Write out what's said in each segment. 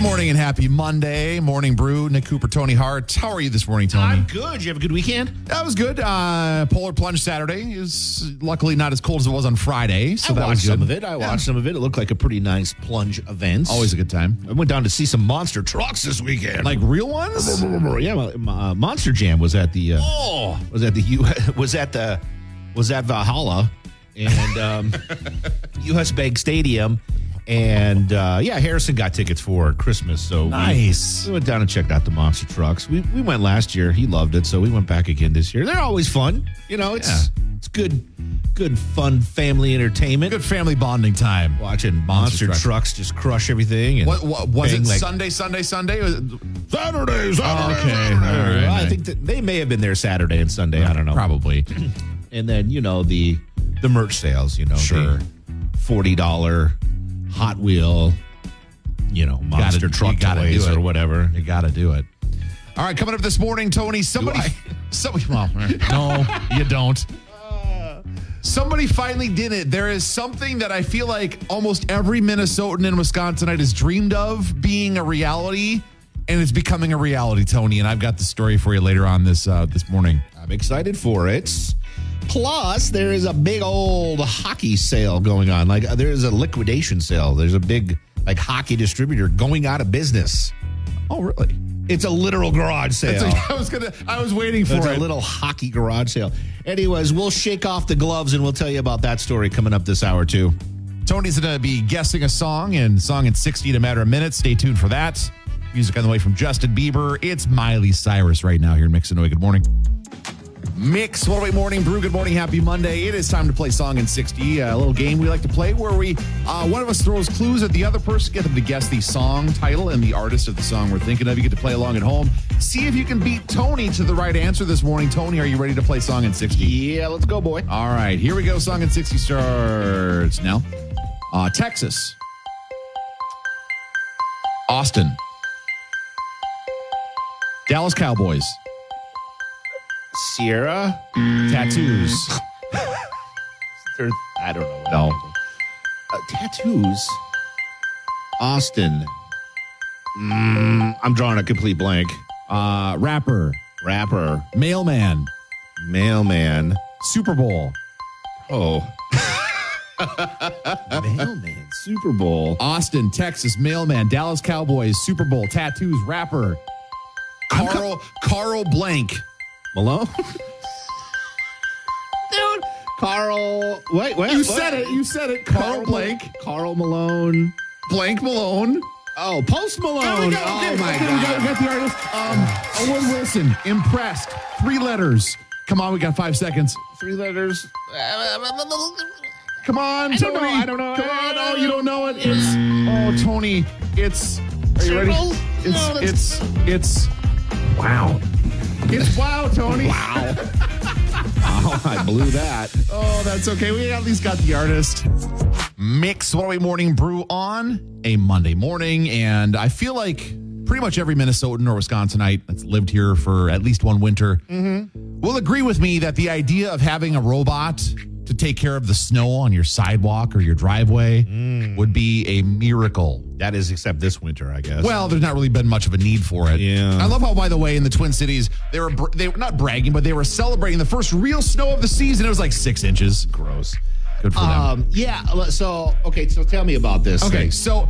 morning and happy Monday. Morning Brew, Nick Cooper, Tony Hart. How are you this morning, Tony? I'm good. You have a good weekend? That was good. Uh, Polar plunge Saturday is luckily not as cold as it was on Friday, so I that watched was good. some of it. I watched some of it. It looked like a pretty nice plunge event. Always a good time. I went down to see some monster trucks this weekend. Like real ones? yeah, my- my, uh, Monster Jam was at the uh, Oh, was at the U was at the was at Valhalla and um, U.S. Bank Stadium, and uh, yeah, Harrison got tickets for Christmas. So we- Nice. We, went down and checked out the monster trucks. We we went last year. He loved it, so we went back again this year. They're always fun, you know. It's it's good, good fun family entertainment. good family bonding time. Watching monster, truck. trucks just crush everything. And What, what was bang it? like- Sunday, Sunday, Sunday? Uh, Was it- Saturday, Saturday, okay. Saturday. All right, Well, I nice. think that they may have been there Saturday and Sunday. I don't know. Probably. and then you know the the merch sales you know Sure. the forty dollar Hot Wheel you know monster you truck gotta toys do it. or whatever. You got to do it. All right, coming up this morning, Tony, somebody. I? Somebody, well, no, you don't. Uh, Somebody finally did it. There is something that I feel like almost every Minnesotan and Wisconsinite has dreamed of being a reality, and it's becoming a reality, Tony. And I've got the story for you later on this uh, this morning. I'm excited for it. Plus, there is a big old hockey sale going on. Like uh, there is a liquidation sale. There's a big like hockey distributor going out of business. Oh, really? It's a literal garage sale. So I was gonna. I was waiting for It's it. a little hockey garage sale. Anyways, we'll shake off the gloves and we'll tell you about that story coming up this hour too. Tony's going to be guessing a song and song in 60 in a matter of minutes. Stay tuned for that. Music on the way from Justin Bieber. It's Miley Cyrus right now here in Mixanoy. Good morning. Mix, what away morning, brew, good morning, happy Monday. It is time to play Song in 60, a little game we like to play where we, uh, one of us throws clues at the other person, get them to guess the song title and the artist of the song we're thinking of. You get to play along at home. See if you can beat Tony to the right answer this morning. Tony, are you ready to play Song in 60? Yeah, let's go, boy. Uh, All right, here we go. Song in 60 starts now. Uh, Texas. Austin. Dallas Cowboys. Sierra. Tattoos. Or- I don't know. No. Uh, tattoos. Austin. Mm, I'm drawing a complete blank. Uh, rapper. Rapper. Mailman. Mailman. Super Bowl. Oh. Mailman. Super Bowl. Austin, Texas. Mailman. Dallas Cowboys. Super Bowl. Tattoos. Rapper. Carl, Carl Blank. Malone. Dude. Carl. Wait, wait. You what? said it. You said it. Carl, Carl Blank. Carl Malone. Blank Malone. Oh, Post There Malone. we go. Oh, Okay, my okay, we got- God. we got the artist. Um, Owen Wilson, impressed. Three letters. Come on, we got five seconds. Three letters. Come on, don't Tony. know, I don't know. Come on. Oh, you don't know it. It's oh, Tony. It's. Are you ready? Circles? It's No, it's that's- it's Wow. it's wow, Tony. Wow. oh, I blew that. Oh, that's okay. We at least got the artist. Mix Waterway Morning Brew on a Monday morning. And I feel like pretty much every Minnesotan or Wisconsinite that's lived here for at least one winter will agree with me that the idea of having a robot to take care of the snow on your sidewalk or your driveway would be a miracle. That is except this winter, I guess. Well, there's not really been much of a need for it. Yeah. I love how, by the way, in the Twin Cities, they were br- they were not bragging, but they were celebrating the first real snow of the season. It was like six inches. gross. Good for them. Um, yeah. l- So, okay. So, tell me about this. Okay, thing. so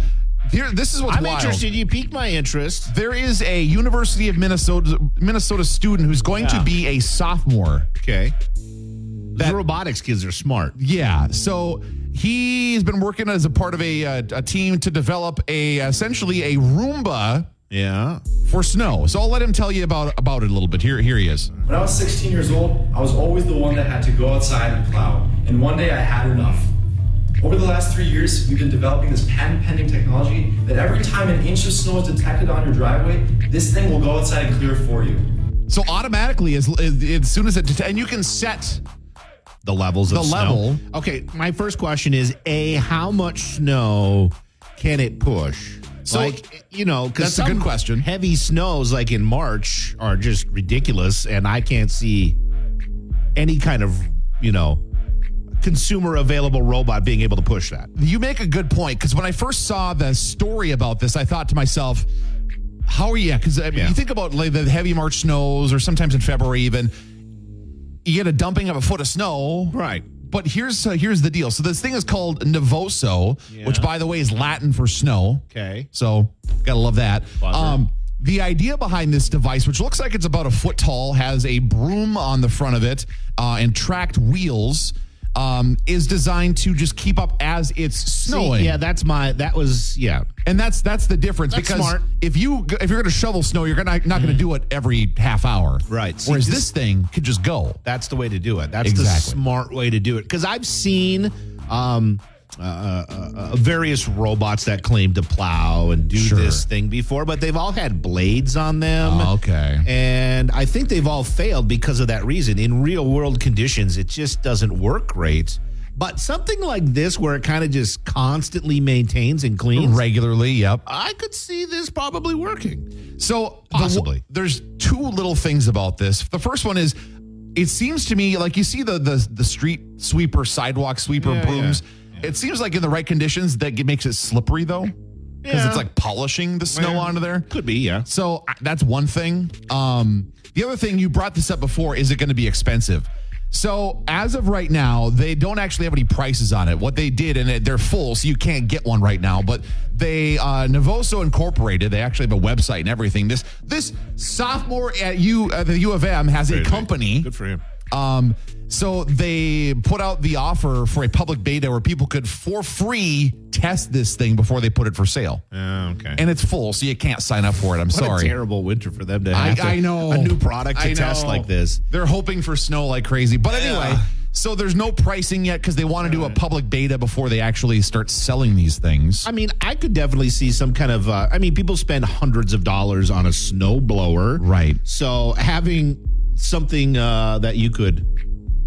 here, this is what's I'm wild. interested. You piqued my interest. There is a University of Minnesota Minnesota student who's going to Yeah. be a sophomore. Okay. That robotics kids are smart. Yeah, so he's been working as a part of a uh, a team to develop a essentially a Roomba Yeah. for snow. So I'll let him tell you about about it a little bit. Here here he is. When I was 16 years old, I was always the one that had to go outside and plow, and one day I had enough. Over the last three years, we've been developing this patent pending technology that every time an inch of snow is detected on your driveway, this thing will go outside and clear for you. So automatically as as, as soon as it det- and you can set The levels of The snow. level. Okay. My first question is A, how much snow can it push? So- like, you know, because That's a good question. Heavy snows, like in March, are just ridiculous, and I can't see any kind of, you know, consumer available robot being able to push that. You make a good point because when I first saw the story about this, I thought to myself, how are you? Because I mean, Yeah. you think about like the heavy March snows, or sometimes in February even, you get a dumping of a foot of snow. Right. But here's uh, here's the deal. So this thing is called Nevoso, which Yeah. by the way is Latin for snow. Okay. So gotta love that. Buzzer. Um, the idea behind this device, which looks like it's about a foot tall, has a broom on the front of it uh, and tracked wheels, um, is designed to just keep up as it's snowing. yeah, that's my that was yeah. And that's that's the difference That's because smart. Mm-hmm. if you if you're going to shovel snow, you're gonna, not going to do it every half hour. Right. See, Whereas this- this thing could just go. That's the way to do it. That's Exactly. the smart way to do it. Because I've seen um, uh, uh, uh, various robots that claim to plow and do Sure. this thing before, but they've all had blades on them. Oh, okay. And I think they've all failed because of that reason. In real world conditions, it just doesn't work great. But something like this, where it kind of just constantly maintains and cleans, Regularly, yep. I could see this probably working. So the- Possibly. there's two little things about this. The first one is, it seems to me like you see the the, the street sweeper, sidewalk sweeper Yeah, brooms. yeah, It seems like in the right conditions that it makes it slippery though, because Yeah. it's like polishing the snow Yeah. onto there. Could be, yeah. So I- that's one thing. Um, the other thing you brought this up before is it going to be expensive? So as of right now, they don't actually have any prices on it. What they did, and it- they're full, so you can't get one right now. But they uh, Novoso Incorporated, they actually have a website and everything. This this sophomore at U at the U of M has a Crazy. company. Good for him. Um, so they put out the offer for a public beta where people could for free test this thing before they put it for sale. Oh, okay. And it's full, so you can't sign up for it. I'm What sorry. a terrible winter for them to I, have to- I know a new product to I test know. like this. They're hoping for snow like crazy, but anyway. So there's no pricing yet because they want to do a public beta before they actually start selling these things. I mean, I could definitely see some kind of. Uh, I mean, people spend hundreds of dollars on a snow blower, Right. So having something uh, that you could,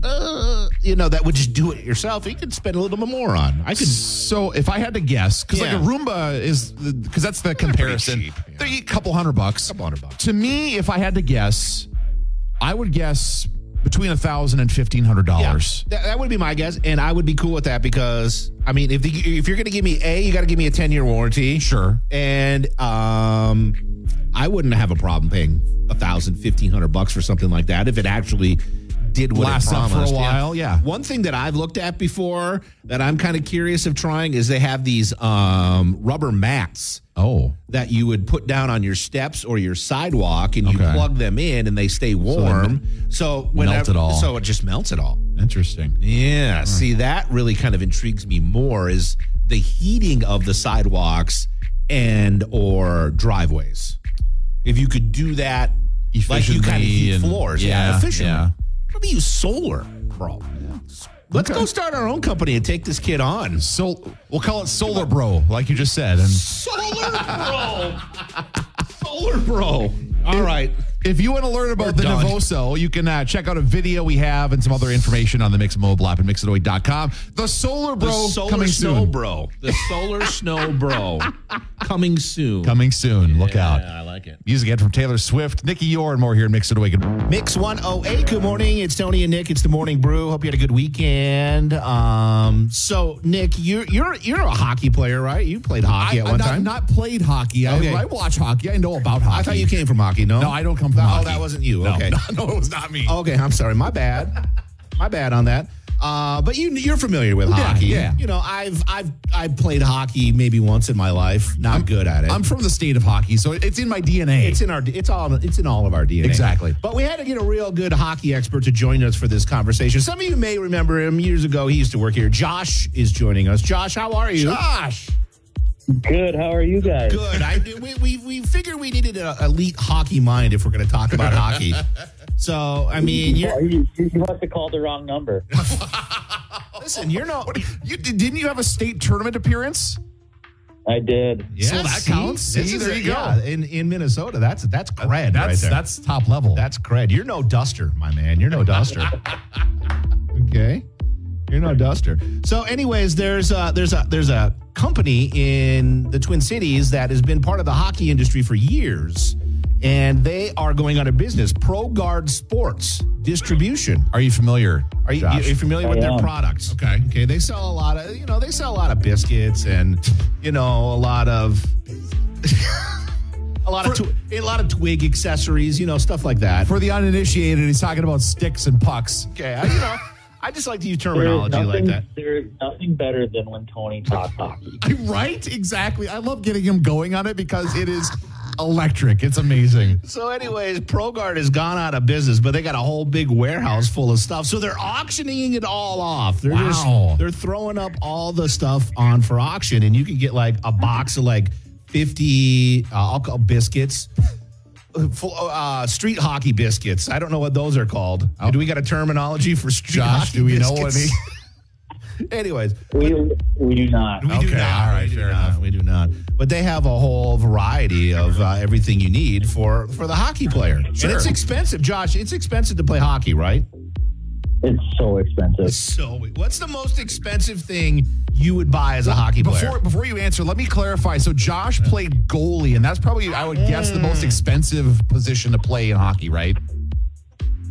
uh, you know, that would just do it yourself, you could spend a little bit more on. I could. So if I had to guess, because Yeah. like a Roomba is because that's the comparison. cheap, yeah. They're a couple hundred bucks. Couple hundred bucks. To me, if I had to guess, I would guess between a thousand and fifteen hundred dollars. That, that would be my guess, and I would be cool with that because I mean, if the, if you're going to give me a, you got to give me a ten year warranty, Sure. and um, I wouldn't have a problem paying a thousand, fifteen hundred bucks for something like that if it actually did what Lasts it up for a promised. while, yeah. One thing that I've looked at before that I'm kind of curious of trying is they have these um, rubber mats Oh, that you would put down on your steps or your sidewalk and you Okay. plug them in and they stay warm. So, whenever it all. so it just melts it all. interesting. Yeah. Hmm. See, that really kind of intrigues me more is the heating of the sidewalks and or driveways. If you could do that, like you kind of Efficiently heat and- floors, yeah, yeah, efficiently. yeah. How do you solar, bro? Let's go start our own company and take this kid on. So we'll call it Solar Bro, like you just said. And Solar bro, solar bro. All right. If you want to learn about the done. Novoso, you can uh, check out a video we have and some other information on the Mix Mobile app at mixitaway.com. The Solar Bro the solar coming snow soon. bro. The solar snow bro coming soon. Coming soon. Look out. like it. Music again from Taylor Swift, Nikki Yore, and more here in Mix It Away. Good- Mix 108. Good morning. It's Tony and Nick. It's the morning brew. Hope you had a good weekend. Um, so Nick, you're you're you're a hockey player, right? You played hockey at I- one not, time. not played hockey. Okay. I, I watch hockey. I know about hockey. I thought you came from hockey. No, No, I don't come from Oh, hockey. that wasn't you. No, Okay, No, no, it was not me. okay. I'm sorry. My bad. My bad on that. Uh, but you you're familiar with hockey. yeah. You know, I've I've I've played hockey maybe once in my life. Not good at it. I'm from the state of hockey, so it's in my DNA. It's in our. It's all. It's in all of our DNA. Exactly. But we had to get a real good hockey expert to join us for this conversation. Some of you may remember him years ago. He used to work here. Josh is joining us. Josh, how are you? Gosh. Good. How are you guys? Good. I we we, we figured we needed an elite hockey mind if we're going to talk about hockey. So I mean, Oh, you're, You, you must have called the wrong number. listen, you're no. You, didn't you have a state tournament appearance? I did. Yeah, So that see? counts. This See, is there a- you go. yeah, in in Minnesota, that's that's cred That's right there. that's top level. That's cred. You're no duster, my man. You're no duster. okay. You're no duster. So, anyways, there's a, there's a there's a company in the Twin Cities that has been part of the hockey industry for years, and they are going out of business. ProGuard Sports Distribution. Are you familiar? Are you, Josh. you- are you familiar I with their am. products? Okay. Okay. They sell a lot of you know they sell a lot of biscuits and you know a lot of a lot of tw- a lot of twig accessories. You know stuff like that. For the uninitiated, he's talking about sticks and pucks. okay. I, you know I just like to use There is terminology like nothing- that. There is nothing better than when Tony talks hockey. Right? Exactly. I love getting him going on it because it is electric. It's amazing. So, anyways, ProGuard has gone out of business, but they got a whole big warehouse full of stuff. So they're auctioning it all off. They're Wow. just they're throwing up all the stuff on for auction, and you can get like a box of like fifty uh, I'll call biscuits, full, uh, street hockey biscuits. I don't know what those are called. Do we got a terminology for Oh. street Josh, hockey do we know what biscuits? anyways, We, we do not. we do Okay, not. all right, We do fair not. enough. We do not. But they have a whole variety of uh, everything you need for for the hockey player. Sure. And it's expensive, Josh. It's expensive to play hockey, right? It's so expensive. So, what's the most expensive thing you would buy as a hockey player? Before before you answer, let me clarify. So Josh played goalie, and that's probably I would guess the most expensive position to play in hockey, right?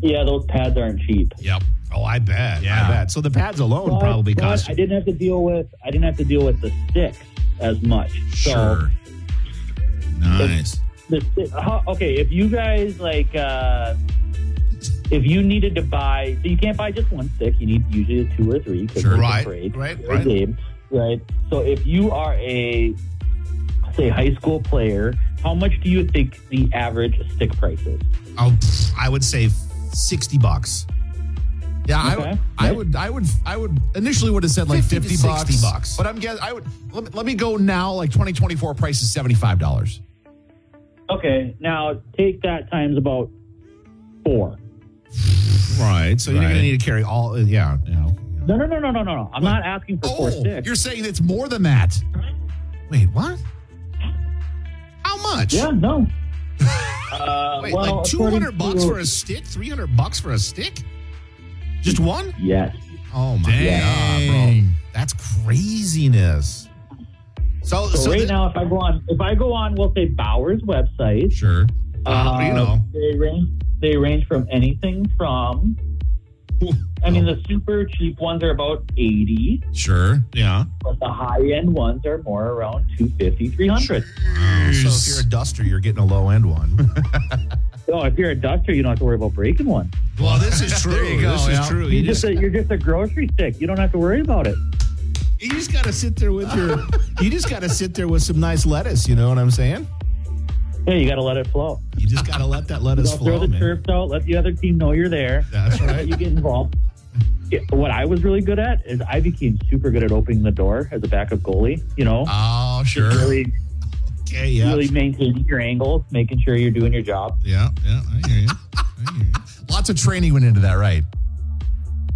Yeah, those pads aren't cheap. yep. Oh, I bet. Yeah. I bet. So the pads alone But- probably but cost. I didn't have to deal with I didn't have to deal with the sticks as much. So Nice. the sti- how, okay, if you guys like uh if you needed to buy so you can't buy just one stick, you need usually two or three because Sure. it's Right. a parade, Right. it's a Right. game, right? So if you are a say high school player, how much do you think the average stick price is? Oh, pff, I would say sixty bucks. Yeah, I, Okay. I would, I would, I would initially would have said like 50 to fifty, 60 bucks, bucks. But I'm guess I would. Let me, let me go now. Like twenty twenty four price is seventy five dollars. Okay, now take that times about four. Right. So you're Right. gonna need to carry all. Yeah. yeah. No, no, no, no, no, no, no. I'm not asking for four Oh, sticks. you're saying it's more than that? Wait, what? How much? Yeah, no. uh, Wait, well, like 200 according bucks to- for a stick? 300 bucks for a stick? Just one? Yes. Oh my Dang. god, bro. That's craziness. So, So, so right the- now, if I go on, if I go on, we'll say Bauer's website. Sure. Uh, you know. they range. They range from anything from. I mean, Oh. the super cheap ones are about eighty, Sure. yeah. but the high end ones are more around 250, 300. So if you're a duster, you're getting a low end one. Oh, if you're a duster, you don't have to worry about breaking one. well, this is true. There you go, this yeah. is true. You're You just just, a, you're just a grocery stick. You don't have to worry about it. you just gotta sit there with your you just gotta sit there with some nice lettuce, you know what I'm saying? Yeah, you got to let it flow. You just gotta let that lettuce Don't throw flow, the man. turfs out. Let the other team know you're there. That's right. you get involved. Yeah, What I was really good at is I became super good at opening the door as a backup goalie. You know, Oh, sure. really, Okay, yeah. really maintaining your angles, making sure you're doing your job. Yeah, yeah. I hear you. I hear you. Lots of training went into that, right?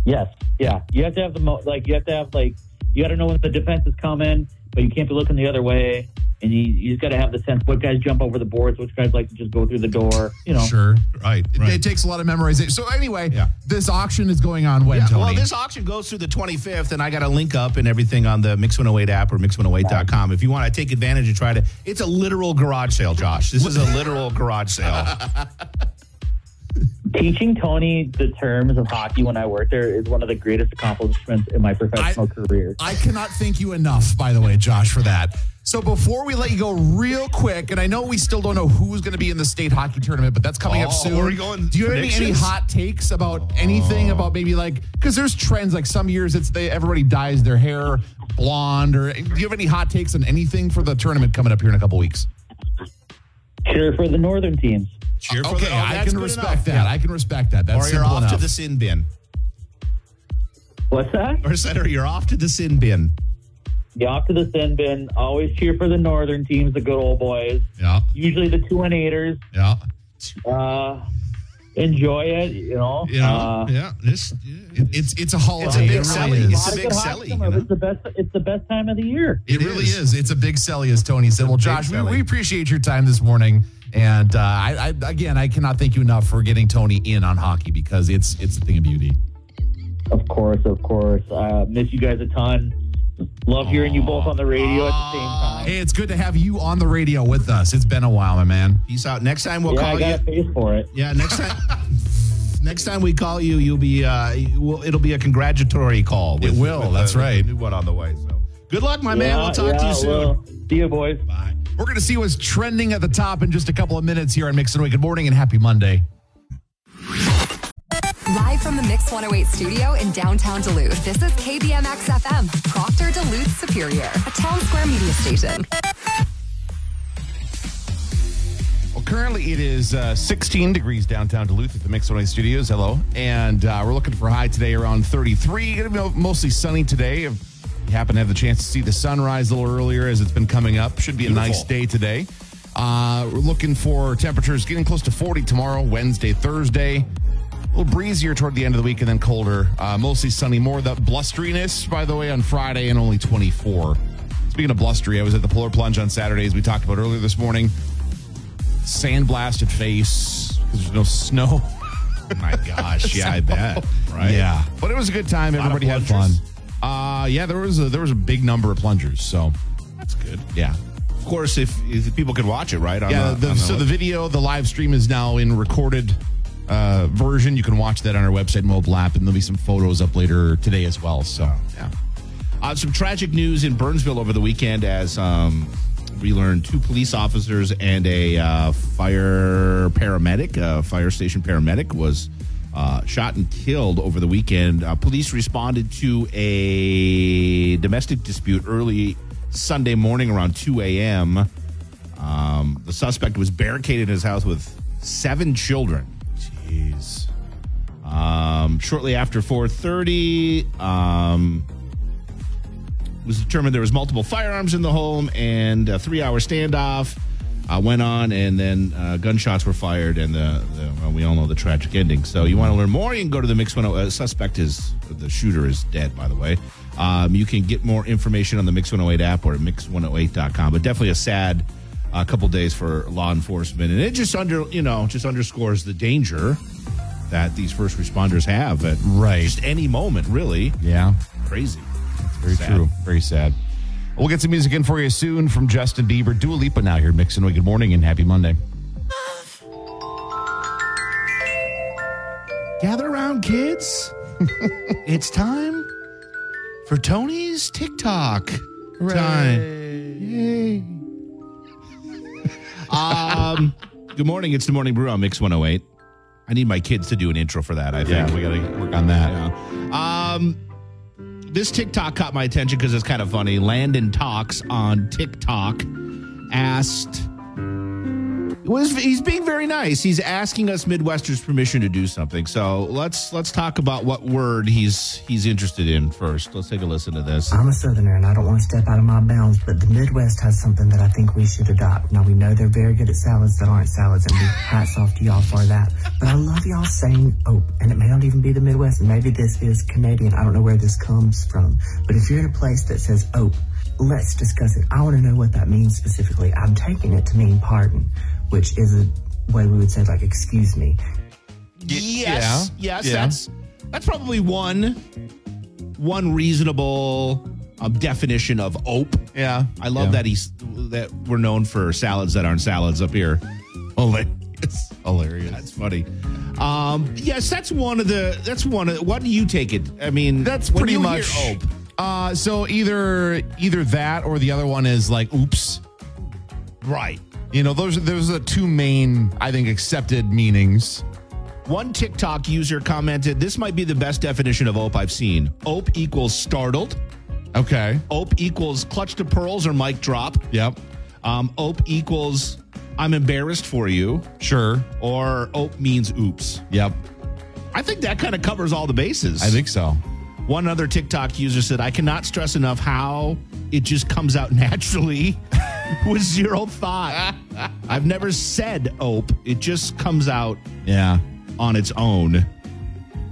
Yes, yeah. You have to have the mo- like. You have to have like. You got to know when the defense is coming, but you can't be looking the other way. And you, you just got to have the sense what guys jump over the boards, which guys like to just go through the door. You know, Sure. Right, It, Oh. right. it takes a lot of memorization. So anyway, Yeah. this auction is going on when Yeah, Tony. well, this auction goes through the 25th, and I got a link up and everything on the Mix 108 app or Mix108.com. If you want to take advantage and try to, it's a literal garage sale, Josh. This is a literal garage sale. teaching Tony the terms of hockey when I worked there is one of the greatest accomplishments in my professional career. I cannot thank you enough, by the way, Josh, for that. So before we let you go, real quick, and I know we still don't know who's going to be in the state hockey tournament, but that's coming up Oh, soon. are we going Do you have any, any predictions? Oh. hot takes about anything about maybe like because there's trends like some years it's they everybody dyes their hair blonde or do you have any hot takes on anything for the tournament coming up here in a couple weeks? Cheer for the northern teams. Cheer okay, oh, I that's can good respect enough. that. I can respect that. That's Or you're simple off to enough. the sin bin. What's that? Or said, or you're off to the sin bin. Get off to the sin bin. Always cheer for the northern teams, the good old boys. Yeah, Usually the two and eighters. yeah, Uh, enjoy it, you know. Uh, yeah. This, It's it's a holiday. It's a big It selling. really a is. It's a lot of big good hockey selling, come up. you know? It's the best. It's the best time of the year. It, It really is. is. It's a big selly, as Tony said. Well, big Josh, we, selly. we appreciate your time this morning, and uh, I, I again, I cannot thank you enough for getting Tony in on hockey because it's it's a thing of beauty. Of course, of course. Uh, miss you guys a ton. Love hearing you both on the radio at the same time. Hey, it's good to have you on the radio with us. It's been a while, my man. Peace out. Next time we'll yeah, I call got you. to face for it. Yeah, next time. Next time we call you, you'll be uh, well, it'll be a congratulatory call. It will, the- that's the right. new one on the way. So good luck, my man. We'll talk to yeah, you soon. well, see you, boys. Bye. We're going to see what's trending at the top in just a couple of minutes here on Mix and Way. Good morning and happy Monday. Live from the Mix 108 studio in downtown Duluth, this is KBMX FM, Proctor Duluth Superior, a town square media station. Well, currently it is uh, 16 degrees downtown Duluth at the Mix 108 Studios. Hello. And uh, we're looking for a high today around 33. Going to be mostly sunny today. If you happen to have the chance to see the sunrise a little earlier as it's been coming up, should be a nice day today. Uh, we're looking for temperatures getting close to 40 tomorrow, Wednesday, Thursday. A little breezier toward the end of the week and then colder. Uh, mostly sunny. More of that blusteriness, by the way, on Friday and only 24. Speaking of blustery, I was at the Polar Plunge on Saturday, as we talked about earlier this morning sandblasted face because there's no snow. My gosh, yeah, I bet. Right? Yeah, but it was a good time. of Everybody had fun. plungers? Uh, yeah, there was a there was a big number of plungers. So that's good. yeah, Of course, if, if people could watch it, right? On yeah. the- the, on so the video, the live stream is now in recorded uh, version. You can watch that on our website, mobile app, and there'll be some photos up later today as well. So yeah, Uh, some tragic news in Burnsville over the weekend as um, we learned two police officers and a uh, fire paramedic, uh, fire station paramedic, was uh, shot and killed over the weekend. Uh, police responded to a domestic dispute early Sunday morning around 2 a.m. Um, the suspect was barricaded in his house with seven children. Jeez. Um, shortly after 4:30, um, it was determined there was multiple firearms in the home and a three-hour standoff uh, went on and then uh, gunshots were fired and the, the well, we all know the tragic ending so you want to learn more you can go to the mix 108 uh, suspect is the shooter is dead by the way um, you can get more information on the mix 108 app or at mix108.com but definitely a sad uh, couple days for law enforcement and it just under you know just underscores the danger that these first responders have at Right. just any moment really yeah. crazy Very Sad. true. Very sad. We'll get some music in for you soon from Justin Bieber, Dua Lipa. Now here, mixing. Good morning and happy Monday. Gather around, kids. it's time for Tony's TikTok time. Yay. um, good morning. It's the Morning Brew on Mix 108. I need my kids to do an intro for that, I think. Yeah, we gotta work on that. Yeah. Um, this TikTok caught my attention because it's kind of funny. Landon Talks on TikTok asked was he's being very nice. He's asking us Midwesters permission to do something. So let's let's talk about what word he's he's interested in first. Let's take a listen to this. I'm a Southerner and I don't want to step out of my bounds, but the Midwest has something that I think we should adopt. Now, we know they're very good at salads that aren't salads, and we hats off to y'all for that. But I love y'all saying ope, and it may not even be the Midwest. Maybe this is Canadian. I don't know where this comes from. But if you're in a place that says ope, let's discuss it. I want to know what that means specifically. I'm taking it to mean pardon, which is a way we would say, like, excuse me. Yes, Yeah. yes, Yeah. that's that's probably one one reasonable um, definition of ope. Yeah. I love Yeah. that he's that we're known for salads that aren't salads up here. Hilarious. Hilarious. That's funny. Um, yes, that's one of the. That's one of. What do you take it? I mean, That's when pretty you hear much. ope, Uh, so either either that or the other one is like, oops. right. You know, those are those are the two main, I think, accepted meanings. One TikTok user commented, "This might be the best definition of ope I've seen. Ope equals startled. Okay. Ope equals clutch to pearls or mic drop. Yep. Um, ope equals I'm embarrassed for you, Sure. or ope means oops. Yep. I think that kind of covers all the bases. I think so. One other TikTok user said, I cannot stress enough how it just comes out naturally with zero thought. I've never said ope. It just comes out Yeah. on its own.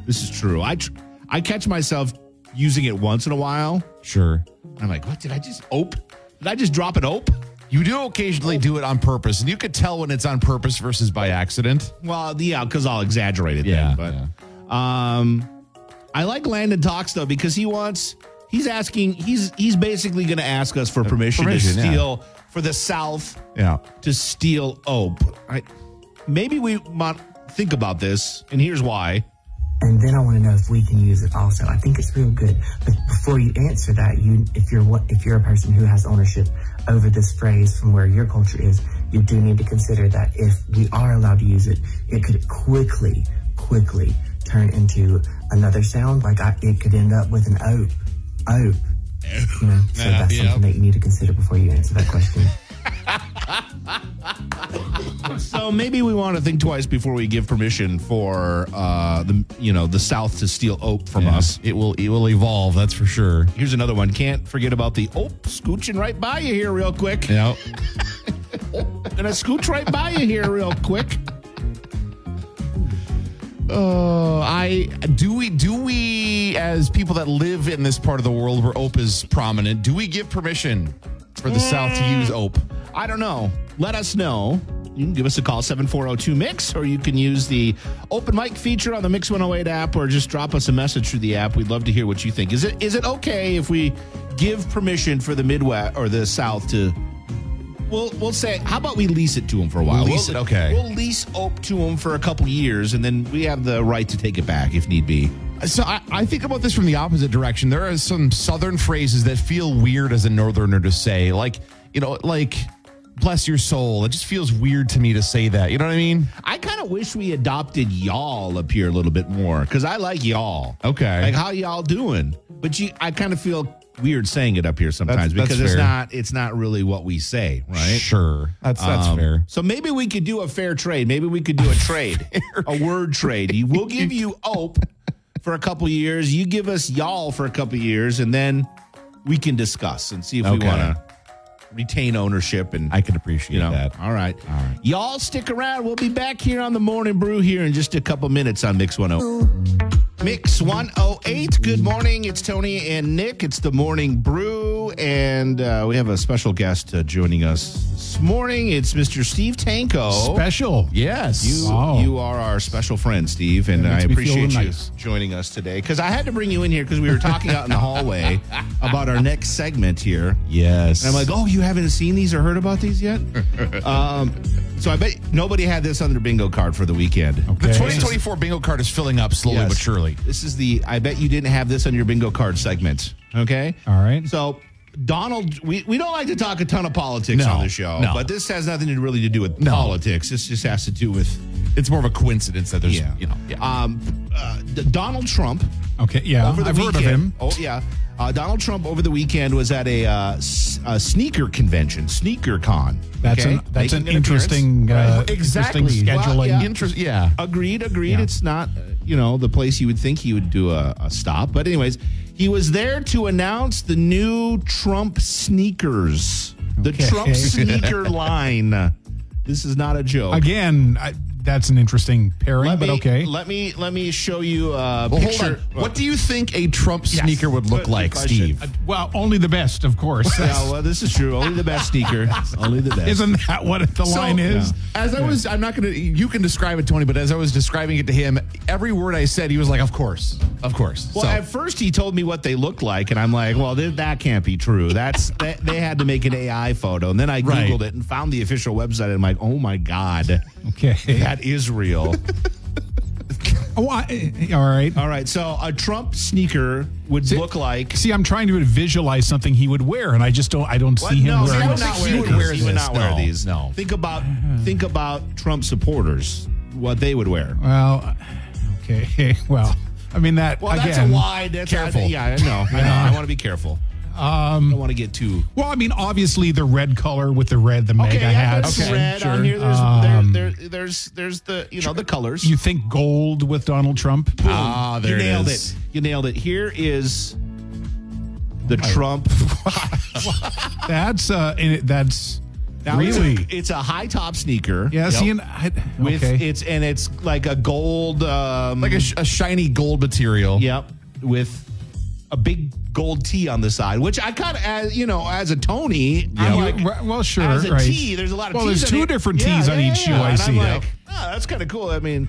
This is true. I tr- I catch myself using it once in a while. Sure. I'm like, what did I just ope? Did I just drop an ope? You do occasionally do it on purpose, and you could tell when it's on purpose versus by accident. Well, yeah, because I'll exaggerate it Yeah, then. But um I like Landon Talks though, because he wants he's asking he's he's basically gonna ask us for permission, Uh, permission, to yeah. steal for the South Yeah. to steal ope. I, maybe we mon- think about this, and here's why. And then I want to know if we can use it also. I think it's real good. But before you answer that, you if you're what if you're a person who has ownership over this phrase from where your culture is, you do need to consider that if we are allowed to use it, it could quickly, quickly turn into another sound. Like I, it could end up with an ope, ope. You know, so Yeah, that's yeah. something that you need to consider before you answer that question. So maybe we want to think twice before we give permission for uh, the you know the South to steal oak from us. It will it will evolve, that's for sure. Here's another one. Can't forget about the oak scooching right by you here real quick. Yeah. Gonna scooch right by you here real quick. Oh, I do we do we as people that live in this part of the world where ope is prominent, do we give permission for the South to use ope? I don't know. Let us know. You can give us a call 7402 Mix, or you can use the open mic feature on the Mix 108 app, or just drop us a message through the app. We'd love to hear what you think. Is it is it okay if we give permission for the Midwest or the South to? We'll we'll say. How about we lease it to them for a while? Lease We'll- it, okay. We'll lease Ope to them for a couple years, and then we have the right to take it back if need be. So I, I think about this from the opposite direction. There are some southern phrases that feel weird as a northerner to say. Like, you know, like bless your soul. It just feels weird to me to say that. You know what I mean? I kind of wish we adopted y'all up here a little bit more because I like y'all. Okay. like how y'all doing? But you, I kind of feel weird saying it up here That's- sometimes that's because it's fair. not it's not really what we say, right? Sure. That's that's Um, fair. So maybe we could do a fair trade. Maybe we could do a trade, a word trade. You- We'll give you ope for a couple years. You give us y'all for a couple years, and then we can discuss and see if we Okay. want to retain ownership and I can appreciate you know, that. All right. All right. Y'all stick around. We'll be back here on the Morning Brew here in just a couple minutes on Mix 108. Mix 108. Good morning. It's Tony and Nick. It's the Morning Brew. And uh, we have a special guest uh, joining us this morning. It's Mr. Steve Tanko. Special. Yes. You, Wow. uh, you are our special friend, Steve, and Oh. That I makes me feel appreciate you nice. joining us today. Because I had to bring you in here because we were talking out in the hallway about our next segment here. yes. And I'm like, oh, you haven't seen these or heard about these yet? um, so I bet nobody had this on their bingo card for the weekend. the Okay. 2024 bingo card is filling up slowly Yes. but surely. This is the I bet you didn't have this on your bingo card segment. Okay. All right. So Donald, we, we don't like to talk a ton of politics No, on the show, no. but this has nothing to really to do with politics. This just has to do with It's more of a coincidence that there's, yeah, you know, yeah. Um, uh, D- Donald Trump Okay. Yeah. over the I've weekend. heard of him. Oh yeah, uh, Donald Trump over the weekend was at a, uh, s- a sneaker convention, sneaker con. That's okay? an that's Making an interesting appearance. uh, Right. interesting Exactly. scheduling. Well, yeah. interest. Yeah. Agreed, agreed. Yeah. It's not uh, you know the place you would think he would do a, a stop, but anyways, he was there to announce the new Trump sneakers, the Okay. Trump sneaker line. This is not a joke. Again, I, that's an interesting pairing, Let but me- okay. Let me let me show you a Well, picture. hold on. What do you think a Trump Yes. sneaker would look Good like, question. Steve? Uh, well, only the best, of course. Yeah, well, this is true. Only the best sneaker. Only the best. Isn't that what the line is? As I was, I'm not going to, you can describe it, Tony, but as I was describing it to him, every word I said, he was like, of course, of course. Well, so, at first he told me what they looked like, and I'm like, well, th- that can't be true. That's they, they had to make an AI photo, and then I Right. googled it and found the official website. And I'm like, oh my god, Okay. that is real. Oh, I, all right. All right, so a Trump sneaker would look like. See, I'm trying to visualize something he would wear, and I just don't. I don't What? see him No, see, I wearing. would this. not He wear would these. wear He would this. not wear No, these. no. Think about think about Trump supporters. What they would wear. Well, okay. Well, I mean that Well, again. that's a wide. That's Careful. I, yeah, I know. I know. I want to be careful. Um, I don't want to get too. Well, I mean, obviously the red color with the red, the mega yeah, hats. Um, there's red on here. There's, there, there, there's there's the you know the colors. You think gold with Donald Trump? ah, there you nailed it is. it. You nailed it. Here is the Trump. That's uh, and it, that's Now, it's a- really it's a, high top sneaker. yeah. Yep. See, and I, with okay. it's and it's like a gold. Um, Like a, sh- a shiny gold material. yep with a big gold T on the side, which I kind of as you know as a Tony. I'm You- like, right, well, sure, As a right. T, there's a lot of Well, T's there's on two it. different T's on each shoe I And see, I'm like, yep. oh, that's kind of cool. I mean,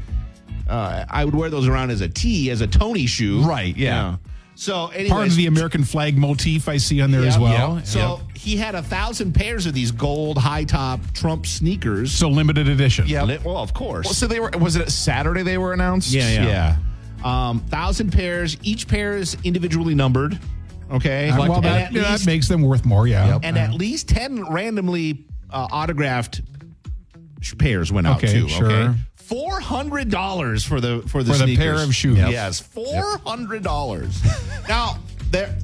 uh, I would wear those around as a T, as a Tony shoe. Right, yeah. So, anyways, part of the American flag motif I see on there as Yep. well. Yep. So he had a thousand pairs of these gold high top Trump sneakers. So limited edition. Li- Well, of course. Well, so they were. Was it Saturday they were announced? Yeah, yeah. yeah. Um, thousand pairs. Each pair is individually numbered. Okay. Uh, well, and that, at yeah, that least, makes them worth more. Yeah. and at least ten randomly uh, autographed sh- pairs went out Okay, too. sure. Okay. Four hundred dollars for the for the For the pair sneakers. of shoes. Yep. Yes, four hundred dollars. now there.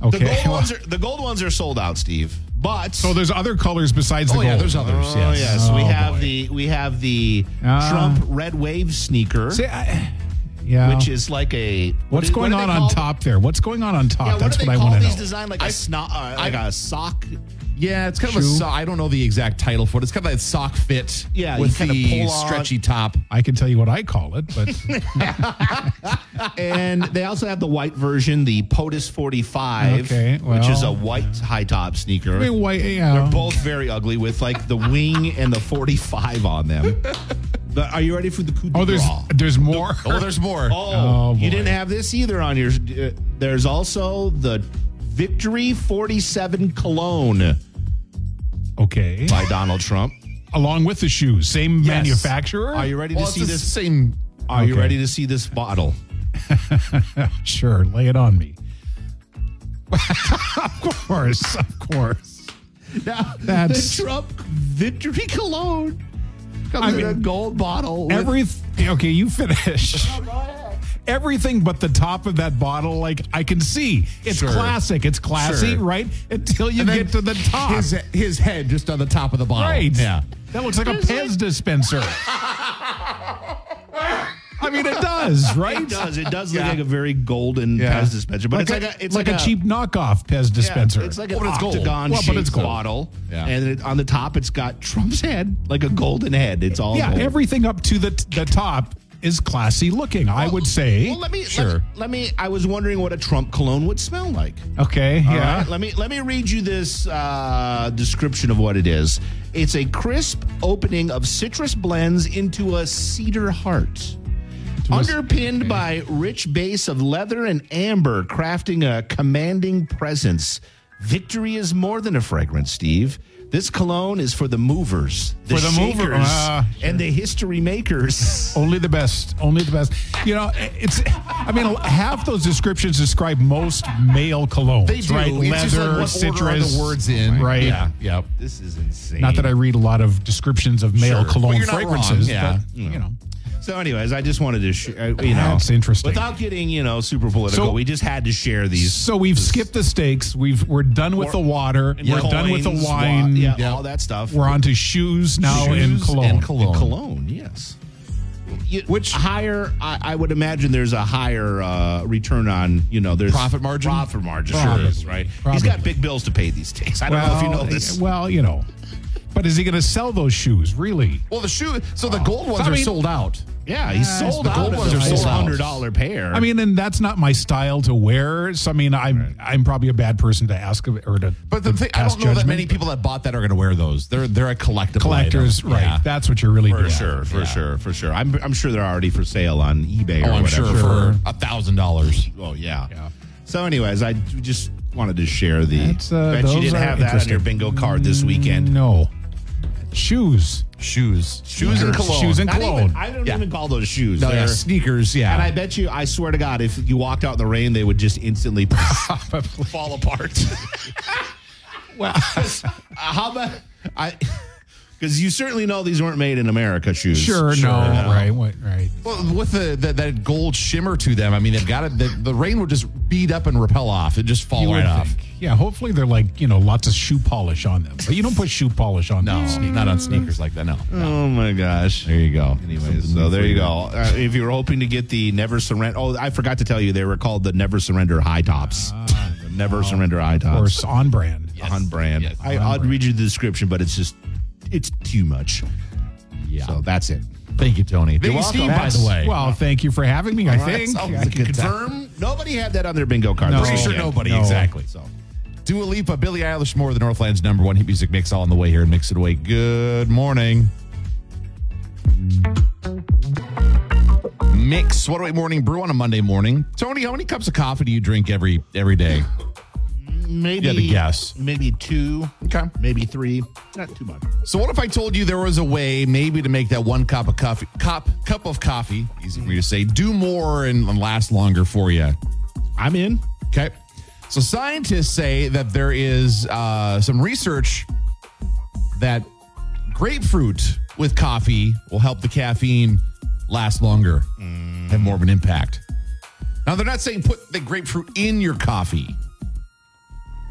The okay. gold Well, ones are the gold ones are sold out, Steve. But so there's other colors besides the Oh, gold. yeah, there's others. Oh, yes, Oh, we have boy. the we have the Ah. Trump Red Wave sneaker, See, I- yeah. which is like a what What's do- what going do they on on call- top there? What's going on on top? Yeah, what That's do what, they I call want to these know. design like a sno- uh, like a sock? Yeah, it's kind of Shoe. a sock. I don't know the exact title for it. It's kind of that sock fit. Yeah, you with kinda the pull on- stretchy top. I can tell you what I call it, but and they also have the white version, the POTUS 45, Okay, which is a well. white high top sneaker. I mean, why, yeah. They're both very ugly with like the wing and the 45 on them. But are you ready for the coup de oh, there's grace? there's more. Oh, there's more. Oh, Oh, you boy. didn't have this either on your. Uh, there's also the Victory 47 Cologne okay, by Donald Trump. along with the shoes, same Yes. manufacturer. Are you ready Well, to it's see the this? same. Are you Okay. ready to see this bottle? Sure, lay it on me. of course, of course. Now, That's- the Trump Victory Cologne comes I in a mean, gold bottle. with- Every okay, you finish. Everything but the top of that bottle, like I can see, it's Sure. classic. It's classy, Sure. right? Until you And then get to the top, His, his head just on the top of the bottle. right? Yeah. that looks like a Pez dispenser. I mean, it does, right? it does. It does look like a very golden Yeah. Pez dispenser, but it's like a it's like, a, cheap knockoff Pez yeah, dispenser. it's like an Well, but it's gold. octagon Well, but it's shaped gold. bottle, Yeah. and it, on the top it's got Trump's head, like a golden head. It's all yeah, gold. everything up to the the top is classy looking. I would say. Well, let me sure. Let, let me. I was wondering what a Trump cologne would smell like. okay, All yeah. right, let me let me read you this uh, description of what it is. It's a crisp opening of citrus blends into a cedar heart. Underpinned by rich base of leather and amber, crafting a commanding presence. Victory is more than a fragrance, Steve. This cologne is for the movers, the, For the shakers, mover- ah, and the history makers. Only the best. Only the best. You know, it's. I mean, half those descriptions describe most male colognes, They do. right? It's just like what Leather, order are the citrus, words Oh in. right? Yeah. Yep. This is insane. Not that I read a lot of descriptions of male Sure. cologne Well, you're not wrong, fragrances. yeah. but, you know. So, anyways, I just wanted to, sh- uh, you know, That's interesting. Without getting, you know, super political, So- we just had to share these. So we've skipped the steaks. We've we're done with the water. We're done with the coins, wa- wine. yeah, all that stuff. We're onto shoes now in Shoes cologne. and cologne. In Cologne, yes. You- Which- higher? I, I would imagine there's a higher uh, return on, you know, there's Profit margin? profit margin, Probably. sure, right? He's Probably. got big bills to pay these days. I don't know if you know this. Well, you know. But is he going to sell those shoes? Really? Well, the shoe. So Oh. the gold ones I are mean- sold out. yeah, he's Yeah, sold the out. gold of ones are the sold out. hundred dollar pair. I mean, and that's not my style to wear. So I mean, I'm I'm probably a bad person to ask of- or to. But the to thing, I pass don't know that judgment. many people that bought that are going to wear those. They're they're a collectible. collectors, item. right? Yeah. That's what you're really for doing. sure, for sure, for sure. I'm, I'm sure they're already for sale on eBay or oh, I'm whatever. sure Sure. for a thousand dollars. Oh yeah. Yeah. So, anyways, I d- just wanted to share the. That's, uh, bet you those didn't are have that on your interesting. bingo card this weekend. No, shoes. Shoes, shoes, and Sneakers. cologne. Shoes and Not cologne. even- I don't Yeah. even call those shoes. no, yeah, They're- sneakers. Yeah, And I bet you, I swear to God, if you walked out in the rain, they would just instantly fall apart. Well, How about I? Because you certainly know these weren't made in America. Shoes. sure, no, right, what, right. Well, with the, the that gold shimmer to them, I mean, they've got it. The, the rain would just beat up and repel off. It just fall You right would off. think. Yeah, hopefully they're like you know lots of shoe polish on them, but you don't put shoe polish on No, them. not on sneakers like that. No. Oh my gosh. There you go. Anyways, so there you go. Uh, if you're hoping to get the Never Surrender, oh, I forgot to tell you, they were called the Never Surrender High Tops. Ah, The Never Surrender High Of Tops. course, on brand. on brand. Yes. I, I'd read you the description, but it's just it's too much. Yeah. So that's it. Thank you, Tony. Thank welcome. That's- Well, thank you for having me. I think All right, so I can confirm nobody had that on their bingo card. No. this Pretty sure weekend. nobody. No. Exactly. So Dua Lipa, Billie Eilish, more of the Northland's number one hit music mix all on the way here and mix it away. Good morning. Mix What Away Morning Brew on a Monday morning. Tony, how many cups of coffee do you drink every every day? Maybe You had to guess. Maybe two. Okay. Maybe three. Not too much. So what if I told you there was a way maybe to make that one cup of coffee cup cup of coffee, easy for me to say, do more and last longer for you? I'm in. Okay. So scientists say that there is uh, some research that grapefruit with coffee will help the caffeine last longer, have more of an impact. Now they're not saying put the grapefruit in your coffee.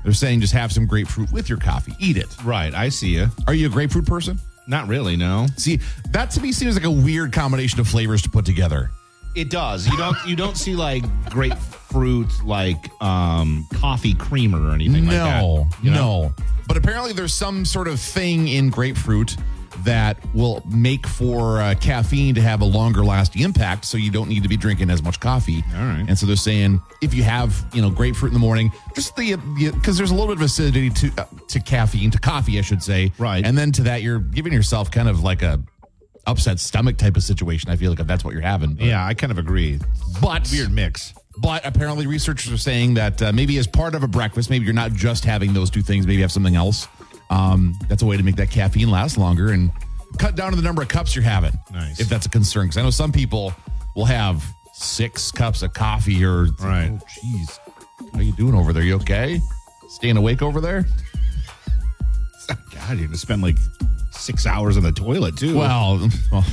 They're saying just have some grapefruit with your coffee. Eat it. Right. I see you. Are you a grapefruit person? Not really. No. See, that to me seems like a weird combination of flavors to put together. It does. You don't. You don't see like grapefruit like um coffee creamer or anything like that. no, you know? no. But apparently, there's some sort of thing in grapefruit that will make for uh, caffeine to have a longer lasting impact, so you don't need to be drinking as much coffee. All right. And so they're saying if you have you know grapefruit in the morning, just the because there's a little bit of acidity to uh, to caffeine to coffee, I should say. Right. And then to that, you're giving yourself kind of like a upset stomach type of situation. I feel like if that's what you're having. But, Yeah, I kind of agree. But Weird mix. but apparently, researchers are saying that uh, maybe as part of a breakfast, maybe you're not just having those two things, maybe you have something else. Um, that's a way to make that caffeine last longer and cut down on the number of cups you're having. Nice. If that's a concern. Because I know some people will have six cups of coffee or. Right. Oh, jeez. What are you doing over there? You okay? Staying awake over there? God, you're gonna spend like six hours in the toilet too. Well, Oh, well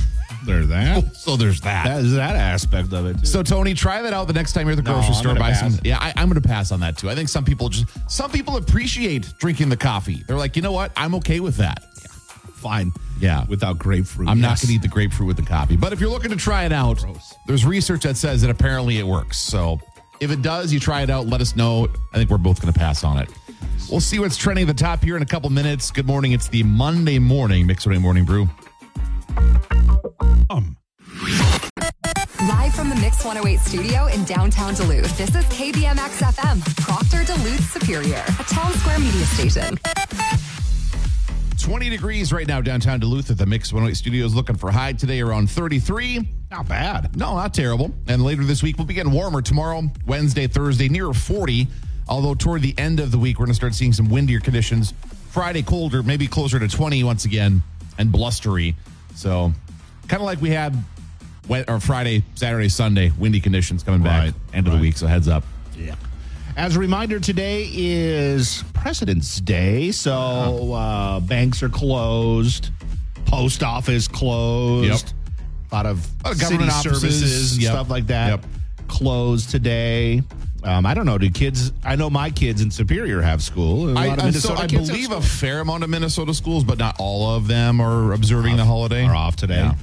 there's that. so there's that. That is that aspect of it. Too. So Tony, try that out the next time you're at the No, grocery I'm store. gonna Buy some. pass. Yeah, I, I'm going to pass on that too. I think some people just some people appreciate drinking the coffee. They're like, you know what? I'm okay with that. fine. Yeah. without grapefruit. I'm not yes. going to eat the grapefruit with the coffee. But if you're looking to try it out, Gross. there's research that says that apparently it works. So if it does, you try it out. Let us know. I think we're both going to pass on it. We'll see what's trending at the top here in a couple minutes. Good morning. It's the Monday morning Mix Monday Morning Brew. Live from the Mix 108 studio in downtown Duluth, this is KBMX FM, Proctor Duluth Superior, a town square media station. 20 degrees right now downtown Duluth at the Mix 108 Studios. Looking for high today around 33. Not bad. No, not terrible. And later this week, we'll be getting warmer tomorrow, Wednesday, Thursday, near 40. Although toward the end of the week, we're going to start seeing some windier conditions. Friday, colder, maybe closer to 20 once again, and blustery. So, kind of like we had wet, or Friday, Saturday, Sunday, windy conditions coming back Right, end of the right. week. So, heads up. Yeah. As a reminder, today is President's Day, Uh-huh. so uh, banks are closed, post office closed, a lot of lot of city government offices, services and yep, stuff like that yep. closed today. Um, I don't know. Do kids? I know my kids in Superior have school. and a I, lot of I- so Minnesota I kids have believe school. a fair amount of Minnesota schools, but not all of them are observing the holiday. are off today. Yeah.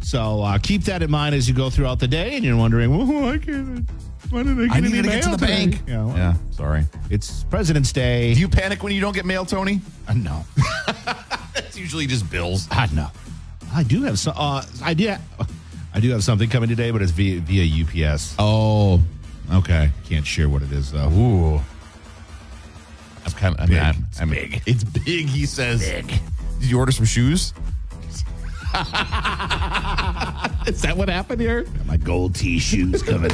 So uh, keep that in mind as you go throughout the day, and you're wondering, well, I can't. Why did I get I any need to mail get to the today?" bank. You know, Yeah, sorry. It's President's Day. Do you panic when you don't get mail, Tony? Uh, no. That's usually just bills. I know. I do have some. Uh, I do. I do have something coming today, but it's via via UPS. Oh, okay. Can't share what it is though. Ooh. I'm kind of. I mean, Big. I'm, It's I'm, big. It's big. He says. Big. Did you order some shoes? Is that what happened here? Got my gold tea shoes coming.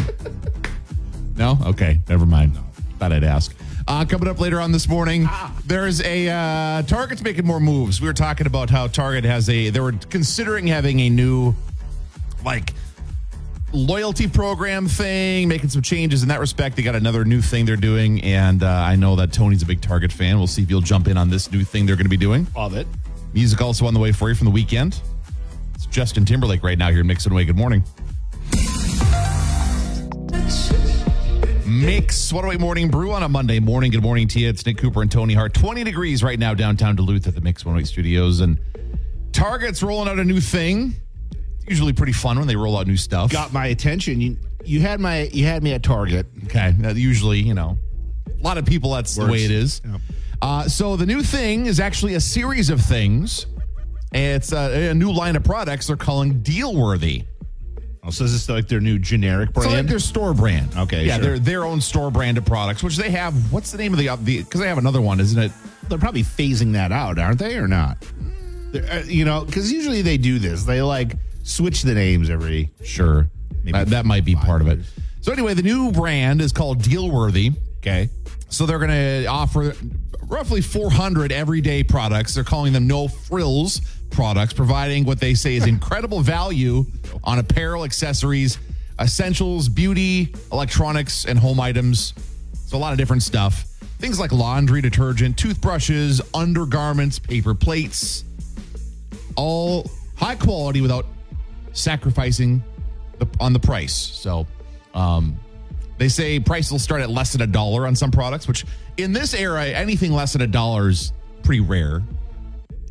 No. Okay. Never mind. Thought I'd ask. Uh, coming up later on this morning, there's a uh, Target's making more moves. We were talking about how Target has a. They were considering having a new, like, loyalty program thing, making some changes in that respect. They got another new thing they're doing, and uh, I know that Tony's a big Target fan. We'll see if you'll jump in on this new thing they're going to be doing. Love it. Music also on the way for you from the weekend. It's Justin Timberlake right now here at Mix and Away. Good morning. Mix What Away Morning Brew on a Monday morning. Good morning to you. It's Nick Cooper and Tony Hart. 20 degrees right now downtown Duluth at the Mix One Away Studios. And Target's rolling out a new thing. It's usually pretty fun when they roll out new stuff. Got my attention. You you had my you had me at Target. Okay. Now, usually, you know, a lot of people, that's the Mm-hmm. Works. way it is. Yeah. Uh, so the new thing is actually a series of things. It's uh, a, a new line of products they're calling Deal Worthy. Oh, so this is like their new generic So like brand. their store brand. Okay, Yeah, sure. they're their own store brand of products, which they have. What's the name of the the? Because they have another one, isn't it? they're probably phasing that out, aren't they, or not? They're, uh, you know, because usually they do this. They like switch the names every Sure. Maybe that, that might be five part of it. years. So anyway, the new brand is called Dealworthy. Okay. So they're going to offer roughly 400 everyday products. They're calling them no frills products, providing what they say is incredible value on apparel, accessories, essentials, beauty, electronics, and home items. So a lot of different stuff. Things like laundry detergent, toothbrushes, undergarments, paper plates, all high quality without sacrificing the, on the price. So, um, they say prices will start at less than a dollar on some products, which in this era, anything less than a dollar is pretty rare.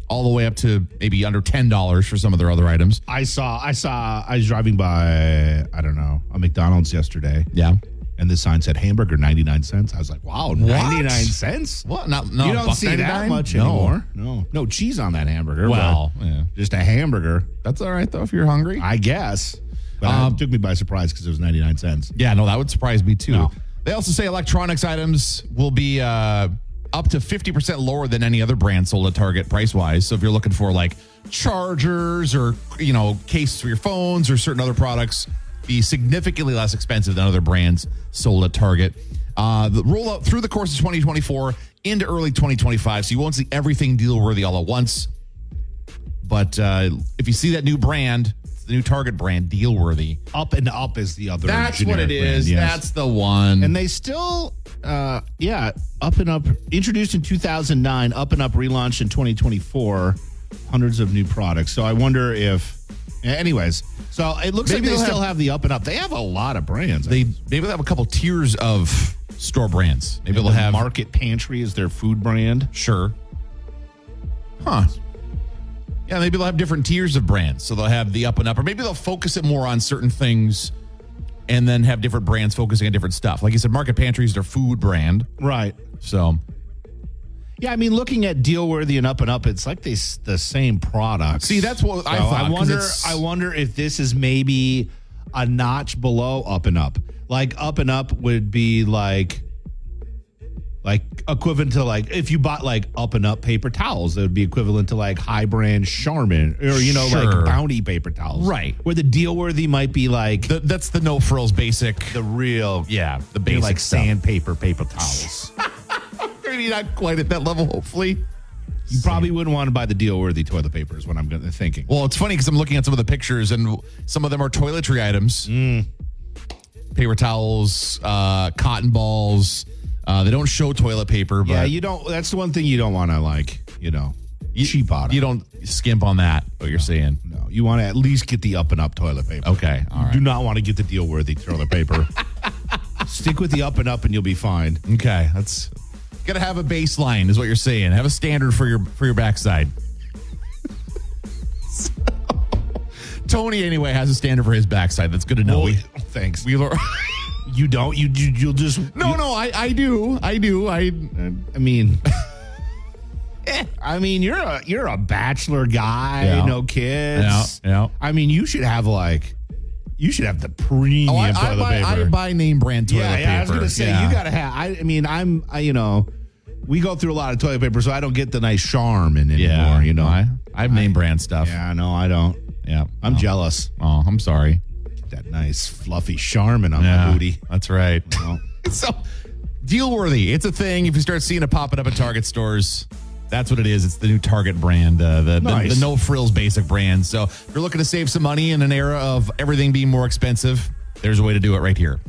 All the way up to maybe under ten dollars for some of their other items. I saw, I saw, I was driving by, I don't know, a McDonald's yesterday. Yeah. And the sign said hamburger 99 cents. I was like, wow, 99 cents? What? Not no. you don't buck see that 99? much No. anymore. No, no cheese on that hamburger. but Well, yeah. just a hamburger, That's all right though if you're hungry. I guess. But Um, it took me by surprise because it was 99 cents. yeah. No, that would surprise me too. No. They also say electronics items will be uh, up to fifty percent lower than any other brand sold at Target price wise. So if you're looking for like chargers or you know cases for your phones or certain other products, be significantly less expensive than other brands sold at Target. Uh, the rollout through the course of 2024 into early 2025, so you won't see everything deal worthy all at once. But uh, if you see that new brand, it's the new Target brand, deal worthy. Up and up is the other. That's what it generic brand, is. yes. That's the one. and they still, uh, yeah, up and up introduced in 2009, up and up relaunched in 2024, hundreds of new products. So I wonder if, anyways, so it looks Maybe like they'll they still have- have, the up and up. They have a lot of brands. they maybe they'll have a couple tiers of store brands. Maybe they'll The have Market Pantry is their food brand. sure. Huh. Yeah, maybe they'll have different tiers of brands. So they'll have the up and up, or maybe they'll focus it more on certain things and then have different brands focusing on different stuff. Like you said, Market Pantry is their food brand. Right. So Yeah, I mean, looking at Dealworthy and Up and Up, it's like they s- the same product. See, that's what I thought, 'cause wonder. it's- I wonder if this is maybe a notch below Up and Up. Like Up and Up would be like, like equivalent to like if you bought like Up and Up paper towels, that would be equivalent to like high brand Charmin or you know Sure. like Bounty paper towels, Right. Where the Dealworthy might be like the, th- that's the no frills basic. real, yeah, the they're basic like stuff. sandpaper paper towels. Maybe not quite at that level, hopefully. you probably wouldn't want to buy the Dealworthy toilet paper is what I'm gonna- thinking. Well, it's funny because I'm looking at some of the pictures, and some of them are toiletry items, Mm. paper towels, uh, cotton balls. Uh, they don't show toilet paper, but Yeah, you don't. That's the one thing you don't want to like. You know, cheap on it. you don't skimp on that. What you're saying? No, you want to at least get the up and up toilet paper. Okay, all Do right. not want to get the deal worthy toilet paper. Stick with the up and up, and you'll be fine. Okay, that's gotta have a baseline, is what you're saying. Have a standard for your for your backside. So, Tony, anyway, has a standard for his backside. That's good to know. Well, we, thanks. we learn. You don't. You, you you'll just no, no, I, I do, I do, I. I mean, eh, I mean, you're a you're a bachelor guy, Yeah. no kids. Yeah, yeah. I mean, you should have like, you should have the premium Oh, I, I, toilet buy, paper. I buy name brand toilet yeah, paper. yeah. I was gonna say Yeah. you gotta have. I, I mean, I'm. I, you know, we go through a lot of toilet paper, so I don't get the nice charm in anymore. Yeah, you know. I, I have name brand stuff. Yeah, yeah, no, I don't. I'm jealous. Oh, I'm sorry. That nice fluffy Charmin on Yeah, my booty. That's right. Well, so, deal worthy. It's a thing. If you start seeing it popping up at Target stores, that's what it is. It's the new Target brand, uh, the, the- Nice. the, no frills basic brand. So, if you're looking to save some money in an era of everything being more expensive, there's a way to do it right here.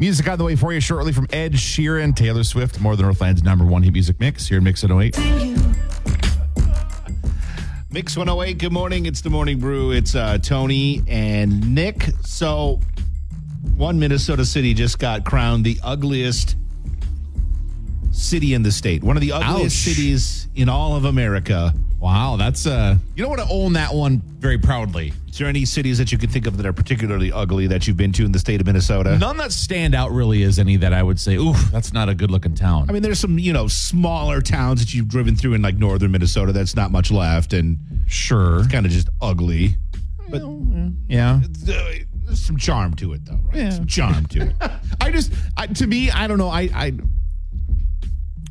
Music on the way for you shortly from Ed Sheeran, Taylor Swift, more than Northland's number one hit music mix here in Mix 08. Mix 108, good morning. It's the Morning Brew. It's uh, Tony and Nick. So, one Minnesota city just got crowned the ugliest city in the state, one of the ugliest Ouch. cities in all of America. Wow, that's uh you don't want to own that one very proudly. Is there any cities that you can think of that are particularly ugly that you've been to in the state of Minnesota? None that stand out really is any that I would say, ooh, that's not a good looking town. I mean, there's some, you know, smaller towns that you've driven through in like northern Minnesota that's not much left and sure. kind of just ugly. Yeah. There's some charm to it, though, right? Some charm to it. I just I, to me, I don't know. I I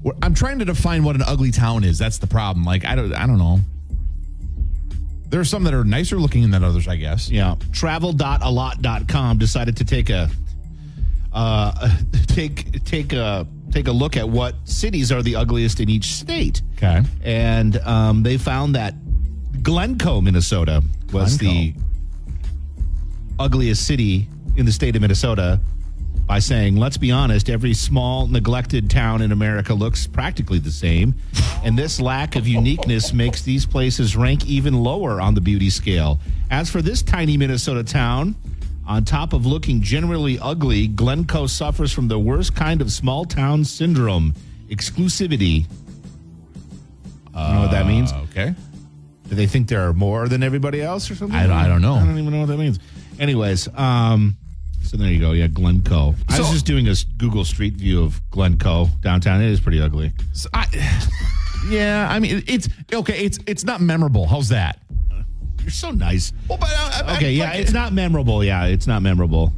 We're- I'm trying to define what an ugly town is. That's the problem. Like I don't I don't know. There are some that are nicer looking than others, I guess. Yeah. Travel.alot.com decided to take a uh, take take a take a look at what cities are the ugliest in each state. Okay. And um, they found that Glencoe, Minnesota was the ugliest city in the state of Minnesota by saying, let's be honest, every small, neglected town in America looks practically the same. And this lack of uniqueness makes these places rank even lower on the beauty scale. As for this tiny Minnesota town, on top of looking generally ugly, Glencoe suffers from the worst kind of small town syndrome exclusivity. you know what that means? Okay. Do they think there are more than everybody else or something? I don't- I don't know. I don't even know what that means. Anyways, um, so there you go. Yeah, Glencoe. I was So- just doing a s- Google Street View of Glencoe downtown. It is pretty ugly. So I, yeah, I mean it's okay. It's it's not memorable. How's that? You're so nice. Well, but I, I- Okay, yeah, like, it's not memorable. Yeah, it's not memorable.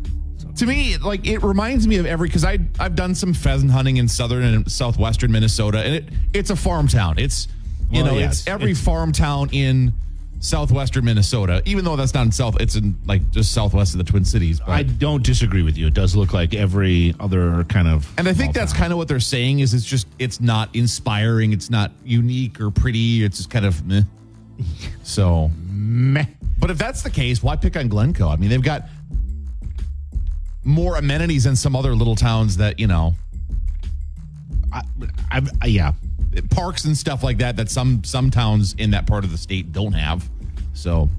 to me like it reminds me of every because I I've done some pheasant hunting in southern and southwestern Minnesota, and it it's a farm town. It's you Well, know yes, it's every it's- farm town in southwestern Minnesota. Even though that's not in south, it's in like just southwest of the Twin Cities. But. I don't disagree with you. It does look like every other kind of. and I think that's kind of what they're saying is it's just it's not inspiring, it's not unique or pretty, it's just kind of meh. So meh. But if that's the case, why pick on Glencoe? I mean, they've got more amenities than some other little towns that you know I, I, I, yeah. parks and stuff like that that some some towns in that part of the state don't have. So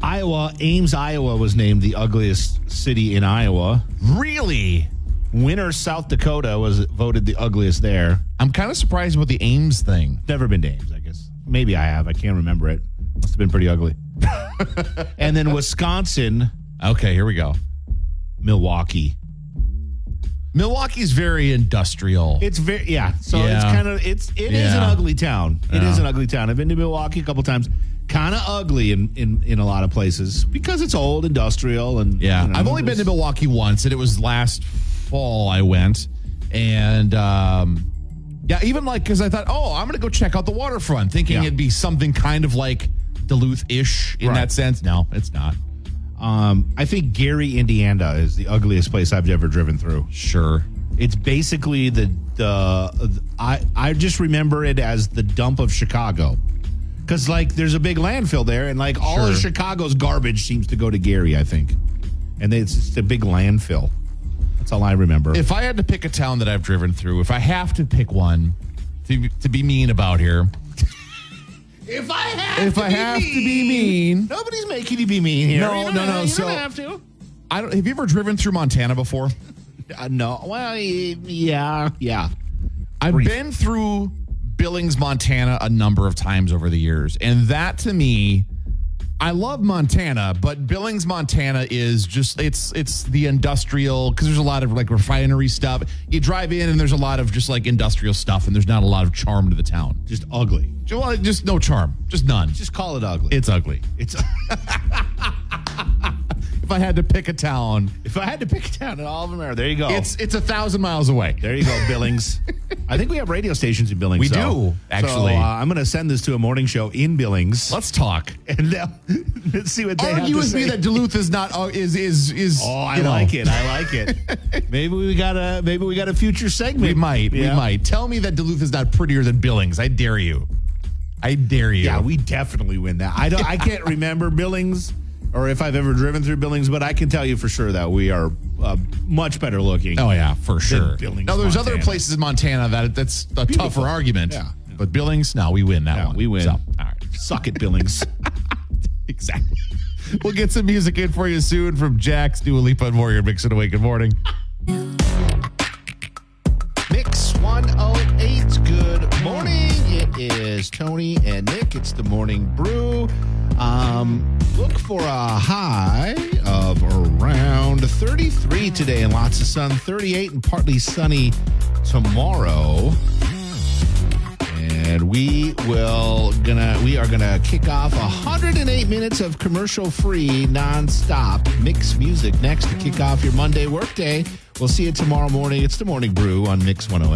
Iowa, Ames, Iowa was named the ugliest city in Iowa. really, Winter, South Dakota was voted the ugliest there. I'm kind of surprised about the Ames thing. Never been to Ames, I guess. Maybe I have. I can't remember it. Must have been pretty ugly. and then Wisconsin, Okay, here we go. Milwaukee. Milwaukee's very industrial. It's very yeah. So it's Yeah. kind of it's it is an Yeah. ugly town. It is Yeah. an ugly town. I've been to Milwaukee a couple times. Kind of ugly in, in in a lot of places because it's old, industrial, and Yeah, you know, I've only been to there's- Milwaukee once, and it was last fall I went, and um, yeah, even like because I thought, oh, I'm gonna go check out the waterfront, thinking Yeah. it'd be something kind of like Duluth-ish in Right. that sense. No, it's not. Um, I think Gary, Indiana, is the ugliest place I've ever driven through. Sure. It's basically the the I I just remember it as the dump of Chicago. Cause like there's a big landfill there, and like all of Sure. Chicago's garbage seems to go to Gary, I think, and it's just a big landfill. That's all I remember. If I had to pick a town that I've driven through, if I have to pick one to to be mean about here, if I have, if I have to be mean, nobody's making you be mean here. No, You don't no, have- no, You so- don't have to. I don't. Have you ever driven through Montana before? Uh, no, well, y- yeah, yeah. I've been through Billings, Montana a number of times over the years. And that to me, I love Montana, but Billings, Montana is just it's it's the industrial cuz there's a lot of like refinery stuff. You drive in and there's a lot of just like industrial stuff and there's not a lot of charm to the town. Just ugly. Well, just no charm. Just none. Just call it ugly. It's ugly. it's. If I had to pick a town, if I had to pick a town in all of America, there you go. it's it's a thousand miles away. There you go, Billings. I think we have radio stations in Billings. We so- do, actually. So, uh, I'm going to send this to a morning show in Billings, Let's talk. and they'll- let's see what they have Argue to with say. me that Duluth is not uh, is is is. oh, I you know. like it. I like it. maybe we got a maybe we got a future segment. We might. Yeah. We might. Tell me that Duluth is not prettier than Billings. I dare you. I dare you. Yeah, we definitely win that. I don't. I can't remember Billings. Or if I've ever driven through Billings, but I can tell you for sure that we are uh, much better looking. Oh yeah, for sure. Billings, no, there's other Montana. places in Montana that that's a Beautiful. tougher argument. Yeah. But Billings, no, we win that Yeah, one. we win. So, all right. Suck it, Billings. Exactly. we'll get some music in for you soon from Jack's Dua Lipa and Warrior Mix It Away. Good morning. Mix 108. Good morning. It is Tony and Nick. It's the morning brew. Um, look for a high of around 33 today and lots of sun, 38 and partly sunny tomorrow. And we will gonna we are gonna kick off 108 minutes of commercial-free, non-stop mix music next to kick off your Monday workday. We'll see you tomorrow morning. It's the morning brew on Mix 108.